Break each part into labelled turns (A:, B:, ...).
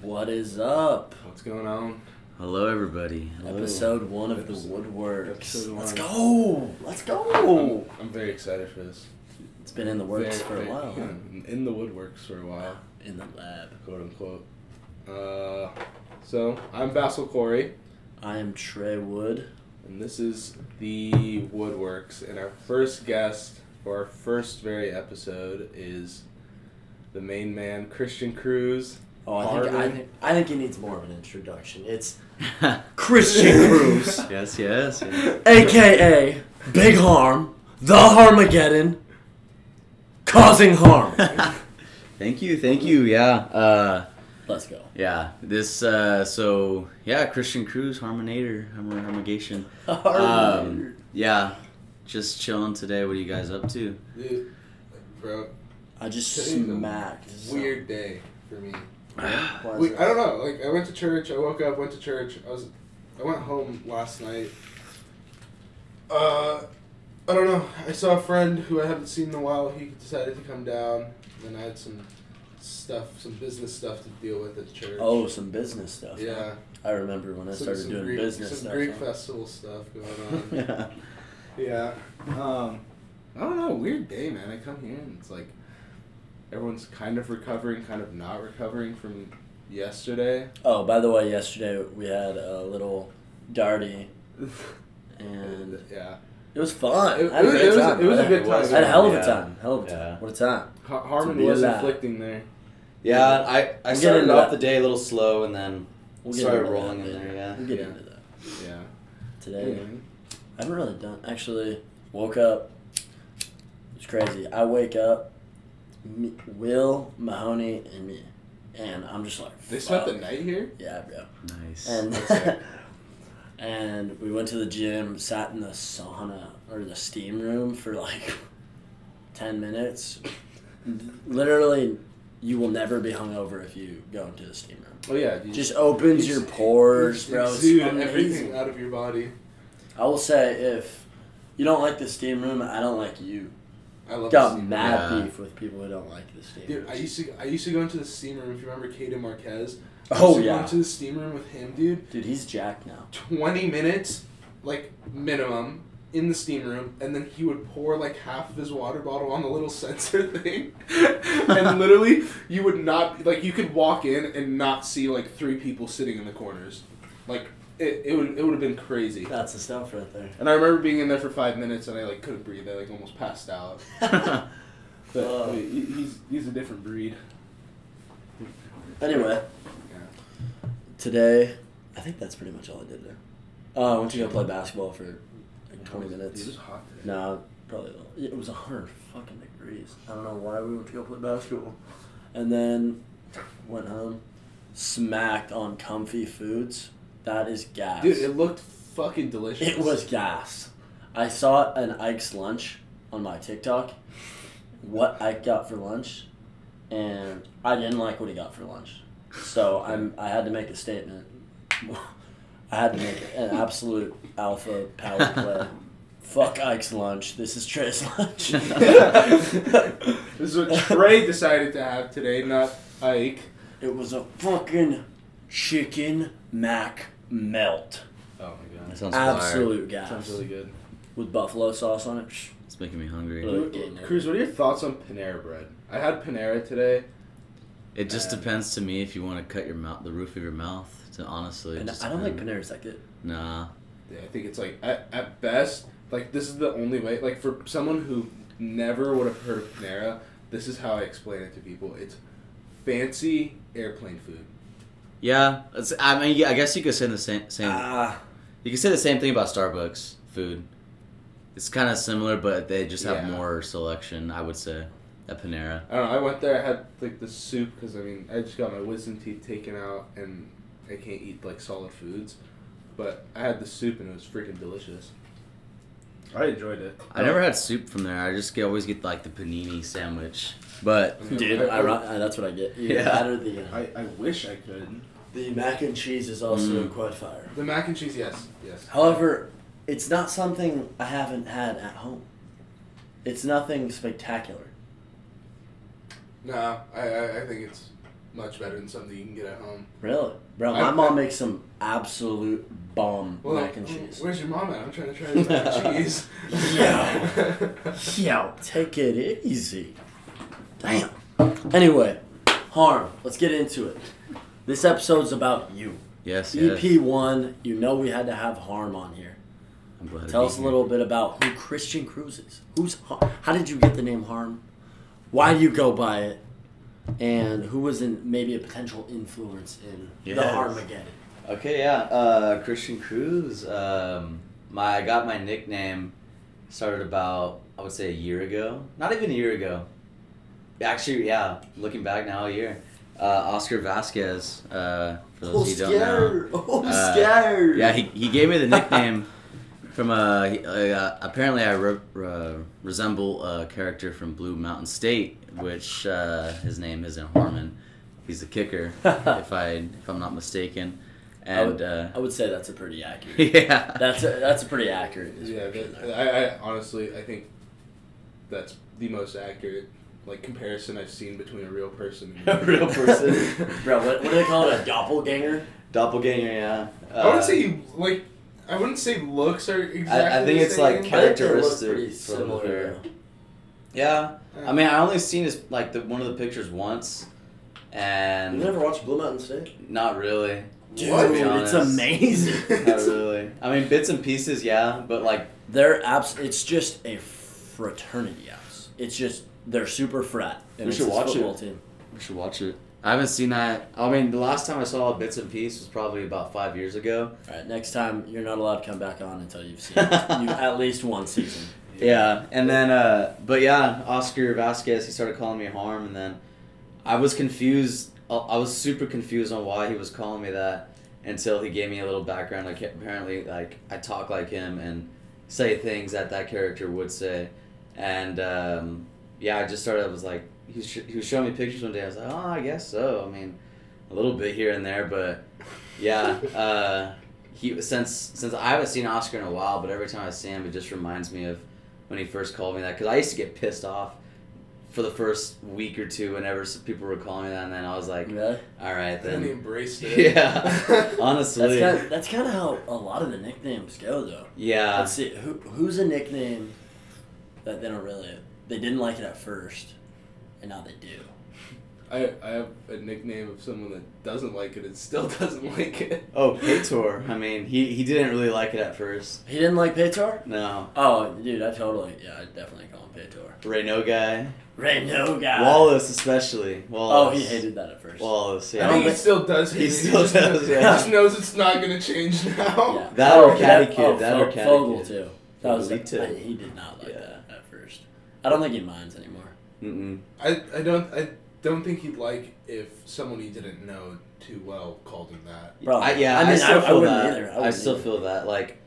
A: What is up?
B: What's going on?
C: Hello, everybody. Hello.
A: Episode one of the
B: Episode-
A: Woodworks.
B: episode one.
A: Let's go. Let's go.
B: I'm, I'm very excited for this.
A: it's been in the works
B: Very-
A: for a
B: very-
A: while.
B: yeah, in the woodworks for a while,
A: In the lab.
B: quote unquote. Uh, so I'm Basil Corey,
A: I am Trey Wood.
B: and this is the woodworks. And our first guest for our first very episode is the main man Christian Cruz.
A: Oh, I think, I
B: Harvard.
A: think I think it needs more of an introduction. It's Christian Cruz,
C: yes, yes. yes.
A: aka Big Harm, the Harmageddon, causing harm.
C: thank you, thank you. Yeah, uh,
A: Let's go.
C: yeah. This, uh, so yeah, Christian Cruz, Harmonator, Harmon Harmigation. Um,
A: Harmageddon.
C: Yeah, just chilling today. What are you guys up to?
B: Dude, bro,
A: I just
B: Today's a
A: smacked. some-
B: day for me.
A: Why is
B: We,
A: it-
B: I don't know. Like I went to church. I woke up. Went to church. I was. I went home last night. Uh, I don't know. I saw a friend who I haven't seen in a while. He decided to come down, and I had some stuff, some business stuff to deal with at church.
A: Oh, some business stuff.
B: yeah.
A: I remember when I
B: some,
A: started
B: some
A: doing
B: Greek,
A: business
B: Some
A: stuff.
B: Greek
A: huh?
B: festival stuff going on.
C: yeah.
B: Yeah. Um, I don't know. Weird day, man. I come here and it's like everyone's kind of recovering, kind of not recovering from yesterday.
A: Oh, by the way, yesterday we had a little darty, and
B: yeah.
A: it was fun.
B: It-
A: I had a
B: it-
A: great
B: it was-
A: time.
B: it was a
A: I-
B: good
C: It was
A: I had a hell of a
C: yeah.
A: time. Hell of a time.
C: Yeah.
A: What a time.
B: Har-
C: To
B: Harmon
C: be
B: was
A: that.
B: inflicting there.
C: Yeah, I, I
A: We'll get
C: started
A: into
C: off
A: that.
C: the day a little slow and then
A: We'll
C: started
A: into that
C: rolling in
A: later.
C: there, yeah.
A: We'll get
B: Yeah.
A: into that.
B: Yeah.
A: Today, I haven't really done. Actually, woke up. It's crazy. I wake up, me, Will, Mahoney, and me. And I'm just like,
B: They spent the
A: fuck.
B: night here?
A: Yeah, bro.
C: Nice.
A: and and we went to the gym, sat in the sauna or the steam room for like ten minutes. Literally, you will never be hungover if you go into the steam room.
B: Oh, yeah. Dude.
A: Just opens
B: Ex-
A: your pores,
B: ex-
A: bro. It's
B: Exude everything
A: amazing.
B: out of your body.
A: I will say, if you don't like the steam room, I don't like you.
B: I love the
A: Got
B: steam
A: mad
C: Yeah.
A: beef with people who don't like the steam
B: room. Dude,
A: room.
B: I used to I used to go into the steam room. If you remember Caden Marquez, I used
A: oh
B: to go
A: yeah,
B: into the steam room with him, dude.
A: dude, he's Jack now.
B: 20 minutes, like minimum, in the steam room, and then he would pour like half of his water bottle on the little sensor thing. and literally, you would not, like, you could walk in and not see like three people sitting in the corners. Like, it, it would it would have been crazy.
A: That's the stuff right there.
B: And I remember being in there for five minutes and I like couldn't breathe. I like almost passed out. But
A: Oh.
B: I mean, he- he's he's a different breed.
A: Anyway, today, I think that's pretty much all I did there. Uh, I went to go play basketball for like 20
B: It
A: minutes.
B: was hot. today.
A: No, probably a little- it was 100 fucking degrees. I don't know why we went to go play basketball. And then went home, smacked on comfy foods. That is gas.
B: Dude, it looked fucking delicious.
A: It was gas. I saw an Ike's lunch on my TikTok. What Ike got for lunch, and I didn't like what he got for lunch. So I'm I had to make a statement. I had to make an absolute alpha power play. Fuck Ike's lunch. This is Trey's lunch.
B: this is what Trey decided to have today, not Ike.
A: it was a fucking chicken mac melt.
B: Oh my
C: that sounds Absolutely.
A: Absolute
B: Sounds
A: gas
B: really good.
A: with buffalo sauce on it. Psh,
C: It's making me hungry.
A: Really?
B: Cruz, what are your thoughts on Panera bread? I had Panera today.
C: It just
B: Uh,
C: depends to me if you want to cut your mouth, the roof of your mouth. To honestly, it
A: And
C: just
A: I don't think
C: depends.
A: Panera's that good.
C: Nah.
B: Yeah, I think it's like at, at best, like this is the only way. Like for someone who never would have heard of Panera, this is how I explain it to people. It's fancy airplane food.
C: Yeah, it's, I mean, yeah, I guess you could say the same. same
A: Ah.
C: you could say the same thing about Starbucks food. It's kind of similar, but they just have
B: Yeah.
C: more selection. I would say at Panera.
B: I don't know. I went there. I had like the soup because I mean I just got my wisdom teeth taken out and I can't eat like solid foods, but I had the soup and it was freaking delicious. I enjoyed it.
C: I never had soup from there. I just get, always get like the panini sandwich. But
A: Dude,
B: I,
A: I, ro- uh, that's what I get. Either
C: Yeah.
A: that or the, uh,
B: I, I wish I could.
A: the mac and cheese is also
C: Mm.
A: quite fire.
B: The mac and cheese, yes, yes.
A: However, it's not something I haven't had at home. It's nothing spectacular.
B: No, I, I, I think it's much better than something you can get at home.
A: Really? Bro,
B: I-
A: my
B: I-
A: mom makes some absolute bomb
B: Well,
A: mac and cheese.
B: Where's your mom at? I'm trying to try this mac and cheese.
A: Yeah. Yo, take it easy. Damn. Anyway, harm. Let's get into it. This episode's about you.
C: Yes, yes.
A: EP one. You know we had to have harm on here.
C: I'm glad to
A: Tell
C: be
A: us a
C: here.
A: little bit about who Christian Cruz is. Who's Har- how did you get the name Harm? Why do you go by it? And who was in maybe a potential influence in the
C: Yes.
A: Armageddon?
C: Okay, yeah. Uh, Christian Cruz. Um, my I got my nickname started about I would say a year ago. Not even a year ago. Actually, yeah. Looking back now, a year. Uh, Oscar Vasquez. Uh, for those of you who don't know.
A: Oh,
C: Uh,
A: scared.
C: Yeah, he, he gave me the nickname from uh, he- uh apparently I re- uh, resemble a character from Blue Mountain State, which uh, his name isn't Harmon. He's the kicker, if I if I'm not mistaken.
A: I would-
C: And uh,
A: I would say that's a pretty accurate.
C: yeah,
A: That's a, that's a pretty accurate.
B: yeah,
A: description
B: that-
A: there.
B: I, I honestly, I think that's the most accurate like comparison I've seen between a real person. and
C: A real person.
A: Bro, what, what do they call it? A doppelganger?
C: doppelganger. Yeah, uh,
B: I wouldn't say you like. I wouldn't say looks are exactly.
C: I think
B: the
C: it's like
B: same.
A: I think they look
C: Characteristic
A: pretty
C: from
A: similar.
C: the- yeah. I mean, I only seen his like the one of the pictures once,
A: Have
C: and
A: you ever watched Blue Mountain State?
C: not really.
A: Dude,
B: What?
A: it's
C: Honest.
A: amazing.
C: Not really. I mean, bits and pieces, yeah, but like,
A: They're abs. It's just a fraternity house. It's just they're super frat.
C: We
A: it's
C: should
A: this
C: watch
A: football Team.
C: we should watch it. I haven't seen that. I mean, the last time I saw bits and pieces was probably about five years ago.
A: All right, next time you're not allowed to come back on until you've seen you at least one season.
B: uh,
C: Yeah, and then, uh, but yeah, Oscar Vasquez, he started calling me harm, and then I was confused. I- I was super confused on why he was calling me that until he gave me a little background. Like, apparently, like, I talk like him and say things that that character would say. And, um, yeah, I just started, I was like, he was, sh- he was showing me pictures one day. I was like, oh, I guess so. I mean, a little bit here and there, but yeah, uh, he since since I haven't seen Oscar in a while, but every time I see him, it just reminds me of when he first called me that because I used to get pissed off for the first week or two whenever s- people were calling me that, and then I was like,
A: Really?
C: all right
B: And he
C: then.
B: embraced it.
C: Yeah,
A: That's
C: honestly,
A: kind of, that's kind of how a lot of the nicknames go, though.
C: yeah,
A: Let's see who who's a nickname that they don't really they didn't like it at first, and now they do.
B: I, I have a nickname of someone that doesn't like it and still doesn't like it.
C: Oh, Pator. I mean, he he didn't really like it at first.
A: He didn't like Petar.
C: No,
A: Oh, dude, I totally yeah, I definitely call him Petar.
C: Reno guy,
A: Ray no guy.
C: Wallace especially.
A: Oh,
C: Wallace.
A: he hated that at first.
C: Wallace.
B: I
C: Yeah.
B: think he
A: but-
B: still does.
C: He
B: hate it.
C: still
B: just,
C: does,
A: yeah.
B: He just knows it's not gonna change now.
A: Yeah.
C: That or Catty Kid,
A: Oh,
C: that or
A: Fo-
C: Catty
A: Fogle
C: Kid.
A: too. That was
C: Fogle too.
A: I- he did not like
C: Yeah.
A: that at first. I don't think he minds anymore.
C: Mm-mm.
B: I, I don't I don't think he'd like if someone he didn't know too well called him that.
A: Probably.
C: I, yeah,
A: I
C: I,
A: mean, I-
C: still
A: I
C: feel
A: wouldn't
C: that.
A: either. I
C: I,
A: wouldn't
C: still
A: either.
C: feel that. Like,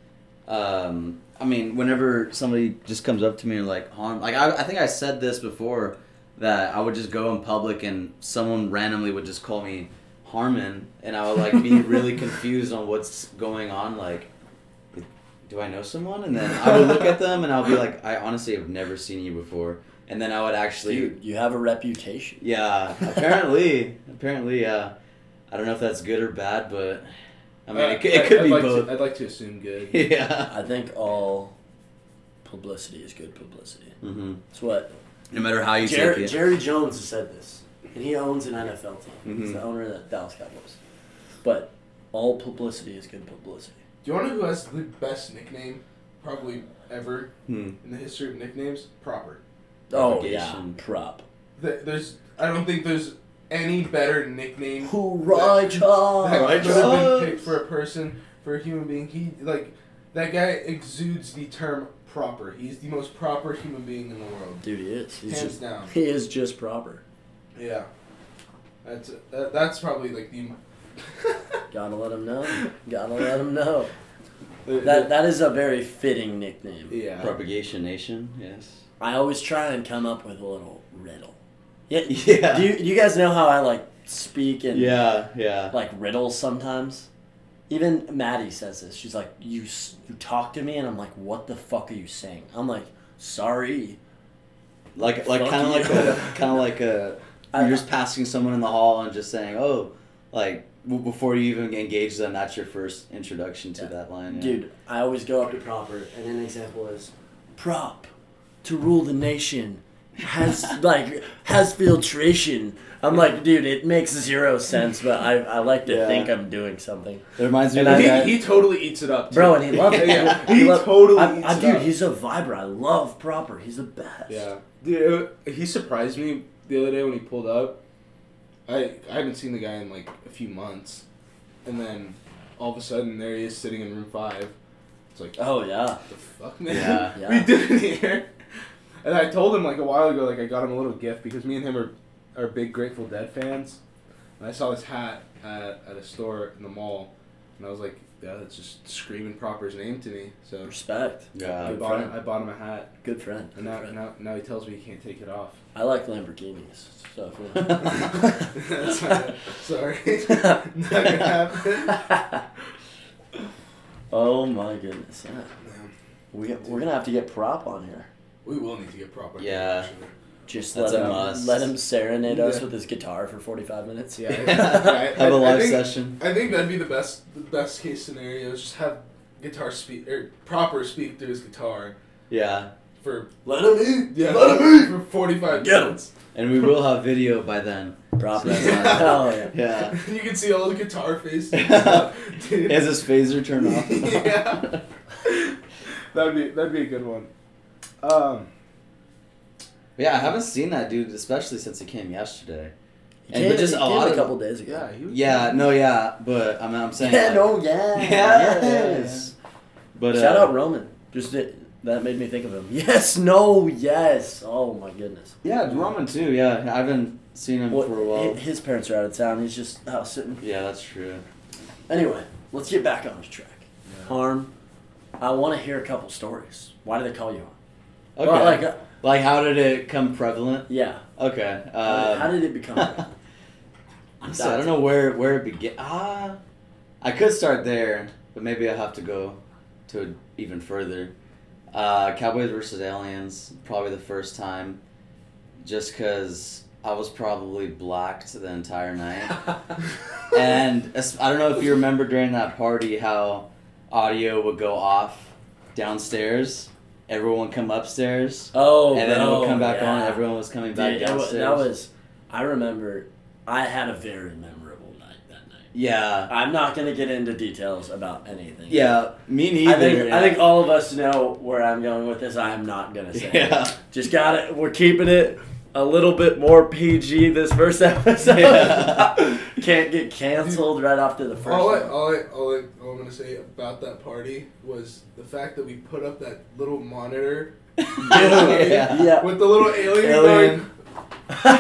C: um, I mean, whenever somebody just comes up to me and like harm, like I, I think I said this before that I would just go in public and someone randomly would just call me Harmon, and I would like be really confused on what's going on. Like, do I know someone? And then I would look at them and I'll be like, I honestly have never seen you before. And then I would actually,
A: Dude, you have a reputation.
C: yeah, apparently, apparently, yeah. I don't know if that's good or bad, but I mean, it, c-
B: Uh,
C: it could
B: I'd
C: be
B: like
C: both.
B: To, I'd like to assume good.
C: yeah.
A: I think all publicity is good publicity.
C: Mm-hmm.
A: It's what
C: No matter how you
A: Jerry,
C: take it.
A: Jerry Jones has said this, and he owns an NFL team. He's
C: Mhm.
A: the owner of the Dallas Cowboys. But all publicity is good publicity.
B: Do you wanna know who has the best nickname probably ever
C: Hmm.
B: in the history of nicknames? Proper.
A: Oh yeah,
C: Propagation.
A: prop.
B: Th- There's I don't think there's any better nickname
A: Hoorah,
B: that
A: Charles!
C: Right,
B: could have
C: Charles.
B: been picked for a person, for a human being. He like that guy exudes the term proper. He's the most proper human being in the world,
A: Dude, he is. He's
B: hands
A: just,
B: down.
A: he is just proper.
B: Yeah, that's that, that's probably like the.
A: Gotta let him know. Gotta let him know.
B: the-
A: That that is a very fitting nickname.
B: the- yeah.
C: Propagation Nation, yes.
A: I always try and come up with a little riddle. Yeah.
C: Yeah.
A: Do you, you guys know how I like speak and
C: Yeah, yeah.
A: like riddles sometimes? Even Maddie says this. She's like, "You s- you talk to me," and I'm like, "What the fuck are you saying?" I'm like, "Sorry."
C: Like like
A: Fuck
C: kind of
A: you.
C: like a kind of like a
A: I-
C: You're just passing someone in the hall and just saying, "Oh, like." w- Before you even engage them, that's your first introduction to
A: Yeah.
C: that line. yeah.
A: Dude, I always go up to proper, and an example is prop to rule the nation has like has filtration. I'm like, dude, it makes zero sense, but I, I like to
C: Yeah.
A: think I'm doing something,
C: It reminds me
A: And
C: of
A: I
C: that
B: he,
C: guy-
A: got-
B: he totally eats it up, too.
A: bro, and he loves it.
B: Yeah,
A: He
B: he
A: lo-
B: totally
A: I,
B: eats
A: I,
B: it
A: dude,
B: up.
A: he's a viber. I love proper. He's the best.
B: Yeah, dude, it- he surprised me the other day when he pulled up. I I haven't seen the guy in like a few months, and then all of a sudden there he is sitting in room five. It's like
A: Oh yeah.
B: the fuck, man.
C: Yeah.
A: Yeah.
B: we did it here. And I told him like a while ago, like I got him a little gift because me and him are, are big Grateful Dead fans. And I saw this hat at, at a store in the mall, and I was like, yeah, that's just screaming Proper's name to me. So
A: Respect.
C: Yeah.
B: I
A: Good
B: bought him,
A: friend.
B: I bought him a hat,
A: Good friend.
B: and
A: Good
B: now,
A: friend.
B: now now he tells me he can't take it off.
A: I like Lamborghinis. So
B: Sorry, not gonna happen.
A: oh my goodness. Yeah.
B: No,
A: We, we're gonna have to get prop on here.
B: we will need to get Proper.
C: Yeah.
A: Just
C: That's
A: let
C: a
A: him
C: must.
A: let him serenade us
B: Yeah.
A: with his guitar for forty five minutes.
B: Yeah.
C: Have
B: I-
C: a
B: I
C: live
B: think-
C: session.
B: I think that'd be the best the best case scenario is just have guitar speak or proper speak through his guitar
C: Yeah.
B: for
A: Let him
B: yeah
A: Let him
B: for forty five
A: Get 'em.
B: minutes.
C: And we will have video by then.
A: eat. Prop
C: So-
A: that guy. Oh yeah.
C: Yeah.
B: you can see all the guitar faces.
C: He Has his phaser turned off?
B: yeah. That'd be that'd be a good one. Um
C: Yeah, I haven't seen that dude, especially since he came yesterday.
A: He
C: And-
A: came,
C: but just
A: he
C: a
A: came
C: lot
A: a
C: of-
A: couple days ago.
B: yeah, he was
C: Yeah, no, yeah, but I'm, I'm saying. like-
A: no, oh, yeah.
C: Yes. But uh,
A: Shout out Roman. Just it, that made me think of him. Yes, no, yes. Oh my goodness.
C: Yeah, Roman too. Yeah, I haven't seen him
A: Well,
C: for a while.
A: hi- His parents are out of town. He's just out sitting.
C: yeah, that's true.
A: Anyway, let's get back on track. Harm. I want to hear a couple stories. Why did they call you? Harm?
C: Okay.
A: Well,
C: like,
A: like, uh,
C: how did it come prevalent?
A: yeah.
C: Okay.
A: How
C: Um,
A: did- how did it become?
C: so I don't know where where it began. Ah, I could start there, but maybe I have to go to even further. Uh, Cowboys versus Aliens, probably the first time, just because I was probably blacked the entire night. and as- I don't know if you remember during that party how audio would go off downstairs, everyone would come upstairs,
A: oh,
C: and then it
A: no,
C: would come back on.
A: yeah.
C: Everyone was coming back
A: Dude, that wa-
C: downstairs.
A: that was. I remember. I had a very memorable night that night.
C: yeah.
A: I'm not gonna get into details about anything.
C: Yeah, me neither.
A: I think I think all of us know where I'm going with this. I'm not gonna say. it.
C: Yeah.
A: Just got it. We're keeping it a little bit more PG this first episode.
C: Yeah.
A: Can't get canceled right after the first.
B: All I,
A: one.
B: all, I, all, I, all I'm gonna say about that party was the fact that we put up that little monitor
C: yeah.
A: Yeah.
B: with the little alien.
C: Alien.
B: going,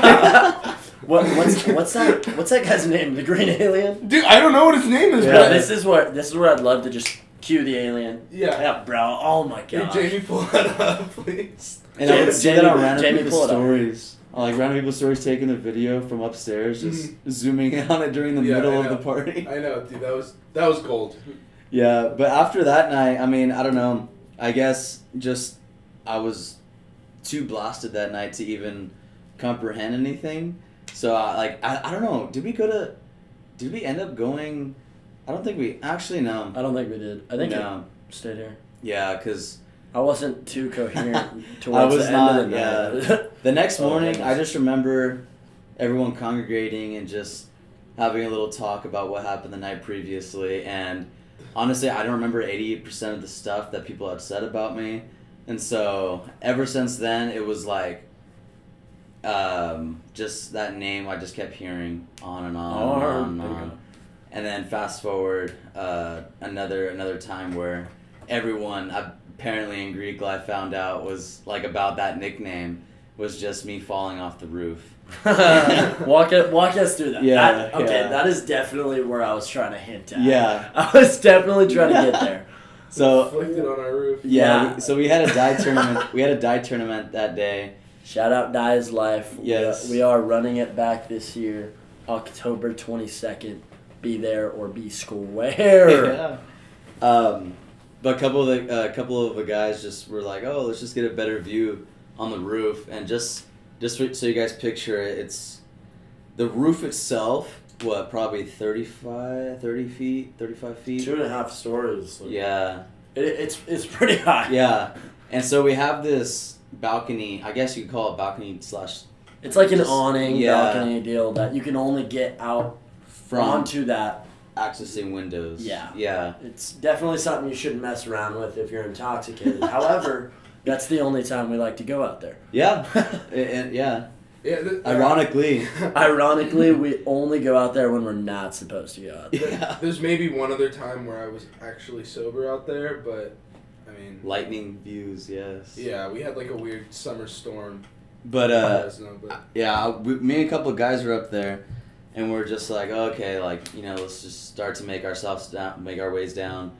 A: what, what's what's that? What's that guy's name? The green alien.
B: Dude, I don't know what his name is,
C: Yeah.
A: Bro,
B: but
A: this is where this is where I'd love to just cue the alien.
B: yeah.
A: Yeah, bro. Oh my
B: Hey,
A: god.
B: Jamie, pull that up, please.
C: And I would see that on random
A: Jamie,
C: people's
A: pull it up.
C: stories. I Like random people's stories taking the video from upstairs, just zooming in on it during the
B: Yeah,
C: middle
B: I
C: of the
B: know.
C: party.
B: I know, dude. That was that was gold.
C: Yeah, but after that night, I mean, I don't know. I guess just I was too blasted that night to even comprehend anything. So I like I, I don't know. Did we go to? Did we end up going? I don't think we actually no.
A: I don't think we did. I think
C: no.
A: we stayed here.
C: Yeah, because
A: I wasn't too coherent towards
C: I was
A: the end
C: not,
A: of the night.
C: The next
A: Oh,
C: morning,
A: goodness.
C: I just remember everyone congregating and just having a little talk about what happened the night previously. And honestly, I don't remember 88% of the stuff that people had said about me. And so ever since then, it was like um, just that name I just kept hearing on and on and on
A: Arm.
C: and on. And then fast forward uh, another another time where everyone apparently in Greek life found out was like about that nickname was just me falling off the roof.
A: walk it, walk us through that.
C: Yeah,
A: That- okay,
C: yeah.
A: that is definitely where I was trying to hint at.
C: Yeah.
A: I was definitely trying to get there.
C: So
B: Inflicted on our roof.
C: Uh, yeah,
A: Yeah.
C: we- so we had a die tournament. we had a die tournament that day.
A: Shout out Die's Life. We-
C: Yes.
A: we are running it back this year, October twenty second. Be there or be square.
C: Um, but a couple of the a couple of the guys just were like, "Oh, let's just get a better view on the roof." And just just so so you guys picture it, it's The roof itself, what, probably 35, 30 feet, 35 feet?
A: Two and a half stories. like,
C: Yeah,
A: It, it's it's pretty high.
C: yeah. And so we have this balcony, I guess you could call it balcony slash
A: It's like an
C: Just-
A: awning
C: yeah.
A: balcony deal that you can only get out
C: from
A: onto that.
C: accessing windows.
A: Yeah.
C: Yeah.
A: It's definitely something you shouldn't mess around with if you're intoxicated. However, that's the only time we like to go out there.
C: Yeah. And- and- yeah.
B: Yeah, th-
C: Ironically.
A: Ironically, we only go out there when we're not supposed to go out there.
B: Th-
C: Yeah.
B: There's maybe one other time where I was actually sober out there, but I mean,
C: Lightning views, yes.
B: yeah, we had like a weird summer storm.
C: But uh
B: Guys know, but
C: yeah, we, me and a couple of guys were up there, and we are just like, okay, like you know, let's just start to make ourselves down, make our ways down.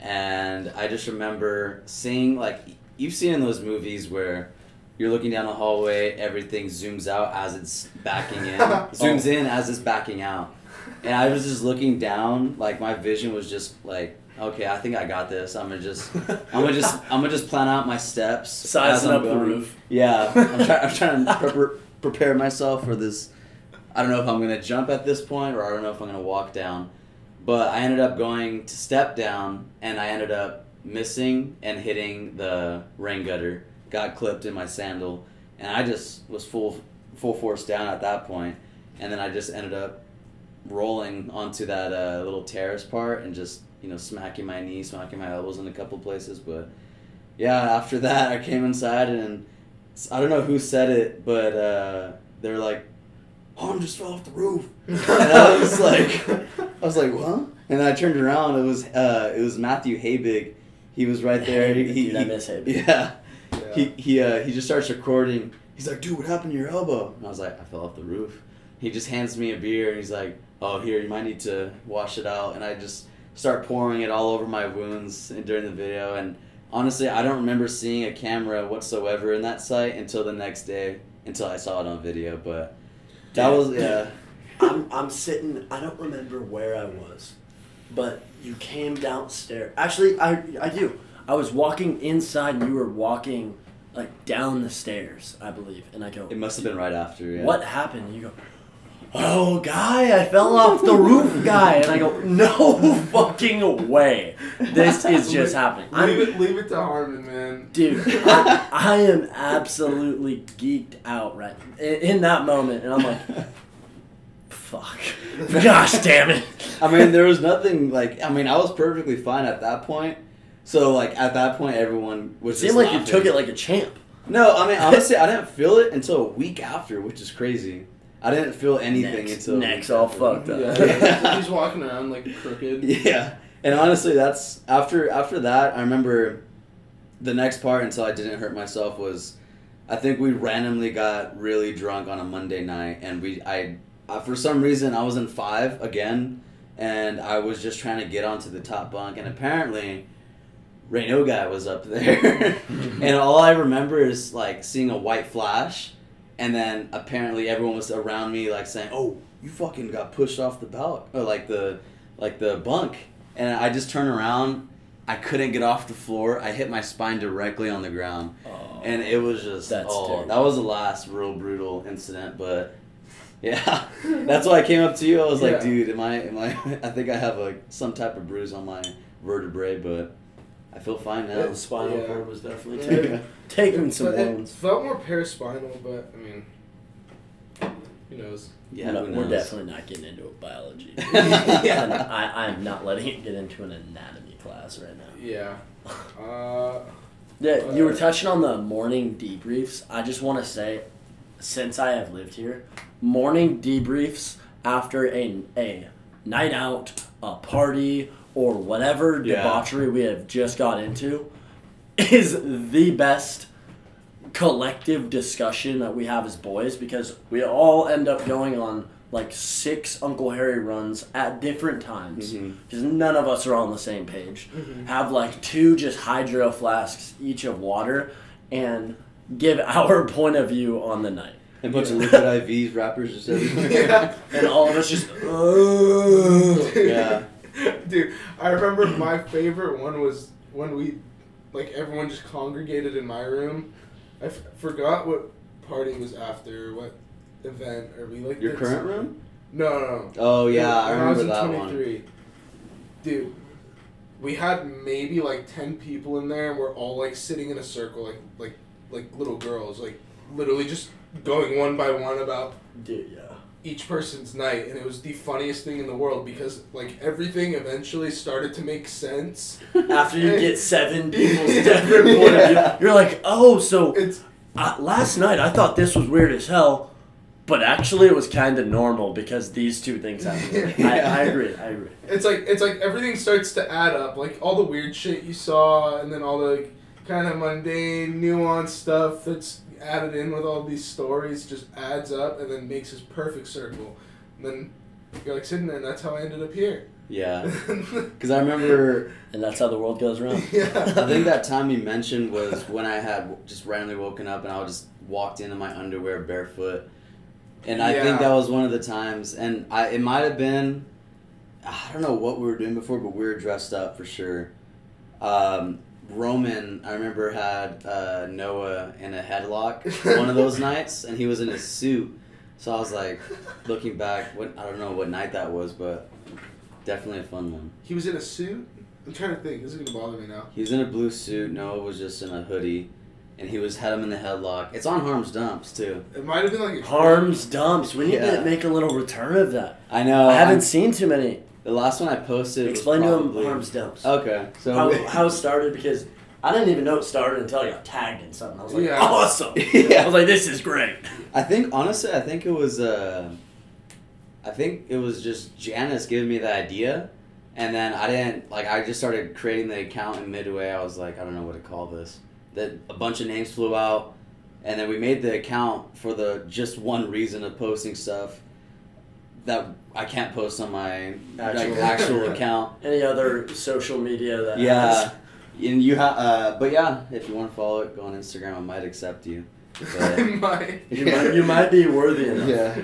C: And I just remember seeing like you've seen in those movies where you're looking down the hallway, everything zooms out as it's backing in,
A: Oh.
C: zooms in as it's backing out. And I was just looking down, like my vision was just like, okay, I think I got this. I'm gonna just, I'm gonna just, I'm gonna just plan out my steps. as
A: Sizing
C: I'm
A: up the
C: going.
A: roof.
C: Yeah, I'm, try- I'm trying to pre- prepare myself for this. I don't know if I'm gonna jump at this point, or I don't know if I'm gonna walk down. But I ended up going to step down, and I ended up missing and hitting the rain gutter. Got clipped in my sandal, and I just was full full force down at that point, and then I just ended up rolling onto that uh, little terrace part and just you know smacking my knee, smacking my elbows in a couple places. But yeah, after that, I came inside and I don't know who said it, but uh, they were like, "Arm just fell off the roof." And I was like- I was like, "What?" And I turned around. It was uh, it was Matthew Habig. He was right there. He, he,
A: Dude, I miss Habig.
C: Yeah.
B: yeah.
C: He he uh, he just starts recording. He's like, "Dude, what happened to your elbow?" And I was like, "I fell off the roof." He just hands me a beer and he's like, "Oh, here, you might need to wash it out." And I just start pouring it all over my wounds during the video. And honestly, I don't remember seeing a camera whatsoever in that site until the next day, until I saw it on video. But that
A: Yeah.
C: was yeah,
A: I'm, I'm sitting, I don't remember where I was, but you came downstairs. Actually, I, I do. I was walking inside and you were walking like down the stairs, I believe. And I go,
C: it must have been right after. Yeah.
A: What happened? And you go, Oh, guy, I fell off the roof, guy. And I go, No fucking way. This is just happening.
B: leave
A: I'm,
B: it, leave it to Harmon, man.
A: dude, I, I am absolutely geeked out right in, in that moment. And I'm like, Fuck. Gosh damn it.
C: I mean, there was nothing like. I mean, I was perfectly fine at that point. So like at that point, everyone was.
A: seemed
C: just
A: like you
C: laughing.
A: took it like a champ.
C: No, I mean honestly, I didn't feel it until a week after, which is crazy. I didn't feel anything
A: Next-
C: until a
A: neck's
C: week
A: all
C: after.
A: fucked up.
B: Yeah,
C: Yeah.
B: he's walking around like crooked.
C: Yeah, and honestly, that's after after that. I remember the next part until I didn't hurt myself was, I think we randomly got really drunk on a Monday night, and we I, I for some reason I was in five again, and I was just trying to get onto the top bunk, and apparently. Reno guy was up there, and all I remember is like seeing a white flash, and then apparently everyone was around me like saying, "Oh, you fucking got pushed off the belt or like the like the bunk." And I just turn around. I couldn't get off the floor. I hit my spine directly on the ground, and it was just
A: Oh, That's
C: oh,
A: terrible.
C: that was the last real brutal incident. But yeah, that's why I came up to you. I was
B: Yeah.
C: like, dude, am I am I? I think I have like some type of bruise on my vertebrae, but I feel fine now.
A: the spinal
B: Yeah.
A: cord was definitely
B: Yeah.
A: taking, taking some
B: But it
A: wounds.
B: felt more paraspinal, but I mean, who knows?
C: Yeah,
A: No,
C: who
A: we're
C: knows?
A: definitely not getting into a biology.
C: Yeah.
A: And I, I'm not letting it get into an anatomy class right now.
B: Yeah. Uh,
A: Yeah, you were touching on the morning debriefs. I just want to say, since I have lived here, morning debriefs after a, a night out, a party, or whatever
C: Yeah.
A: debauchery we have just got into is the best collective discussion that we have as boys because we all end up going on like six Uncle Harry runs at different times
C: Mhm.
A: because none of us are on the same page. Have like two just hydro flasks each of water and give our point of view on the night.
C: A bunch of liquid IVs, rappers, just everywhere.
B: yeah.
A: And all of us just, "Ugh."
C: Yeah.
B: Dude, I remember my favorite one was when we, like, everyone just congregated in my room. I f- forgot what party was after, what event, or we like
C: Your
B: did
C: current
B: some-
C: room?
B: No, no, no.
C: Oh yeah, I
B: When
C: remember
B: was in
C: that one.
B: Dude, we had maybe like ten people in there, and we're all like sitting in a circle, like like like little girls, like literally just going one by one about
A: Dude, yeah.
B: each person's night, and it was the funniest thing in the world because like everything eventually started to make sense.
A: After you get seven people's
B: Yeah.
A: different point of view, you're like, oh, so
B: It's
A: uh, last night I thought this was weird as hell, but actually it was kind of normal because these two things happened. I, I agree. I agree.
B: it's like it's like everything starts to add up, like all the weird shit you saw, and then all the kind of mundane, nuanced stuff that's added in with all these stories just adds up, and then makes this perfect circle. And then you're like sitting there, and that's how I ended up here.
C: Yeah,
B: yeah,
C: because I remember.
A: And that's how the world goes around.
C: I think that time you mentioned was when I had just randomly woken up and I just walked into my underwear barefoot, and I
B: Yeah.
C: think that was one of the times. And I it might have been, I don't know what we were doing before, but we were dressed up for sure. Um, Roman, I remember had uh, Noah in a headlock one of those nights, and he was in a suit. So I was like, looking back, what I don't know what night that was, but definitely a fun one.
B: he was in a suit. I'm trying to think. This is gonna bother me now.
C: He was in a blue suit. Noah was just in a hoodie, and he was had him in the headlock. It's on Harm's dumps too.
B: It might have been like a
A: Harms dumps. We need
C: Yeah.
A: to make a little return of that.
C: I know.
A: I haven't
C: Uh, I'm-
A: seen too many.
C: the last one I posted. was
A: Explain to him
C: probably-
A: Harms dumps.
C: Okay, so
A: how, how it started because I didn't even know it started until I got tagged in something. I was like,
B: Yeah.
A: awesome.
C: Yeah.
A: I was like, this is great.
C: I think honestly, I think it was. Uh, I think it was just Janice giving me the idea, and then I didn't like. I just started creating the account in midway. I was like, I don't know what to call this. That a bunch of names flew out, and then we made the account for the just one reason of posting stuff that I can't post on my like,
A: Actual.
C: actual, account.
A: Any other social media that
C: Yeah.
A: has-
C: And you have, uh, but yeah, if you want to follow it, go on Instagram. I might accept you.
B: I might.
A: you, might, you might be worthy enough.
C: Yeah.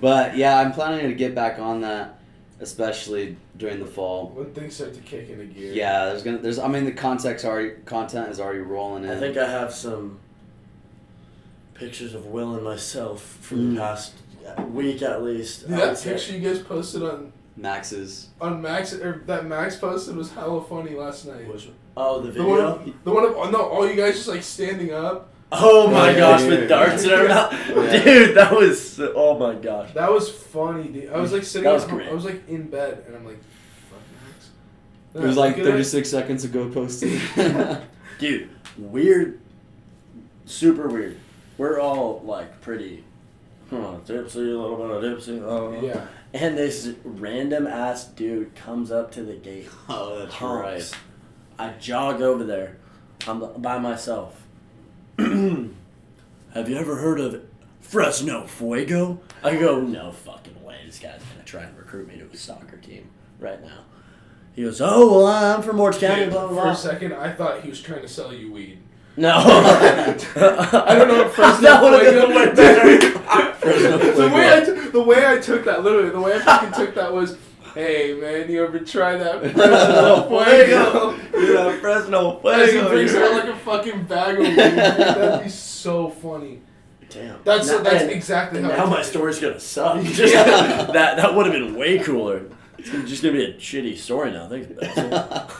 C: But yeah, I'm planning to get back on that, especially during the fall.
B: When things start to kick into gear.
C: Yeah, there's gonna there's I mean the context already content is already rolling in.
A: I think I have some pictures of Will and myself from
C: Mm.
A: the past week at least.
B: Dude,
A: I would
B: that
A: say.
B: picture you guys posted on
C: Max's.
B: on Max or that Max posted was hella funny last night.
A: Which- oh, the
B: The
A: video.
B: one, of, the one of no, all you guys just like standing up.
A: oh my
C: Yeah,
A: gosh,
C: yeah,
A: with
C: yeah.
A: darts in our mouth,
C: Yeah.
A: dude. That was so- oh my gosh.
B: That was funny, dude. I was like sitting.
A: That was
B: at home-
A: great.
B: I was like in bed, and I'm like, "Fuck Max."
C: It was like
B: Look at it.
C: 36 seconds ago posted.
A: Dude, weird, super weird. We're all like pretty huh, tipsy, a little bit of tipsy. uh,
B: Yeah.
A: And this random ass dude comes up to the gate.
C: oh, that's
A: honks. I jog over there. I'm by myself. Have you ever heard of Fresno Fuego? I go, no fucking way. This guy's gonna try and recruit me to his soccer team right now. He goes, oh well, I'm from Orange County,
B: Dude,
A: blah blah
B: For
A: blah.
B: a second, I thought he was trying to sell you weed.
A: No.
B: I don't know what Fresno
A: That would've been
B: Fuego-
A: the way better.
C: Fresno
B: the
C: Fuego.
B: way I t- the way I took that literally the way I fucking took that was, hey man, you ever try that Fresno Fuego?
A: Dude, that Fresno
B: As he brings
A: Fuego.
B: out like a fucking bag of weed, dude, that'd be so funny.
A: Damn.
B: That's
A: Now-
B: that's
A: and-
B: exactly
A: and
B: how. I
A: now
B: took
A: my
B: it.
A: story's gonna suck. Just-
C: Yeah.
A: that that would have been way cooler. It's gonna- just gonna be a shitty story now. Thanks. Basil.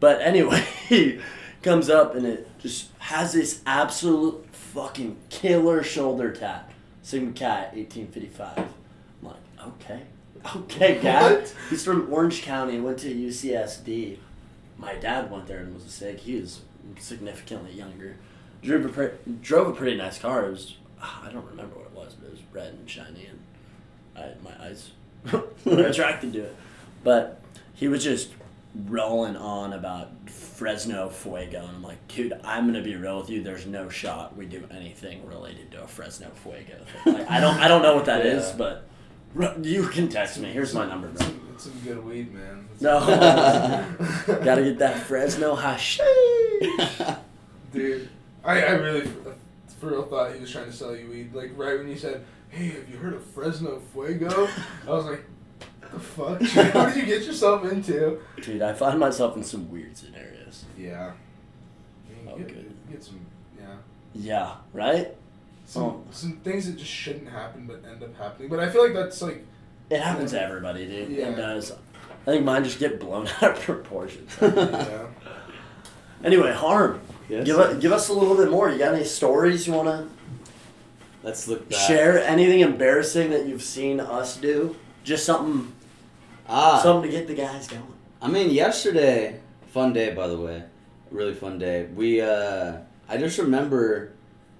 A: But anyway, he comes up and it just has this absolute fucking killer shoulder tap. Sigma Chi, 1855. I'm like, okay. Okay, Dad.
B: What?
A: He's from Orange County, went to UCSD. My dad went there and was a sick. He was significantly younger. Drove a, pre- drove a pretty nice car. It was, I don't remember what it was, but it was red and shiny, and I, my eyes were attracted to it. But he was just rolling on about Fresno Fuego, and I'm like, dude, I'm gonna be real with you. There's no shot we do anything related to a Fresno Fuego. Thing. Like, I don't, I don't know what that is,
C: Yeah.
A: but r- you can text me. Here's my number, bro.
B: That's some good weed, man.
A: No. Gotta get that Fresno hash.
B: Dude, I, I really for- for real thought he was trying to sell you weed. Like right when you said, "Hey, have you heard of Fresno Fuego?" I was like, "The fuck? dude? what did you get yourself into?"
A: Dude, I find myself in some weird scenarios.
B: Yeah. I mean,
A: Oh,
B: get,
A: good.
B: get some. Yeah.
A: Yeah, right?
B: some some things that just shouldn't happen but end up happening. But I feel like that's like
A: It happens to everybody, dude.
B: Yeah.
A: It does. I think mine just get blown out of proportion.
B: yeah.
A: anyway, harm.
C: Yes.
A: Give us, give us a little bit more. You got any stories you want to
C: Let's look back.
A: share? Anything embarrassing that you've seen us do? Just something,
C: Ah.
A: something to get the guys going.
C: I mean, yesterday, fun day by the way, really fun day. We, uh, I just remember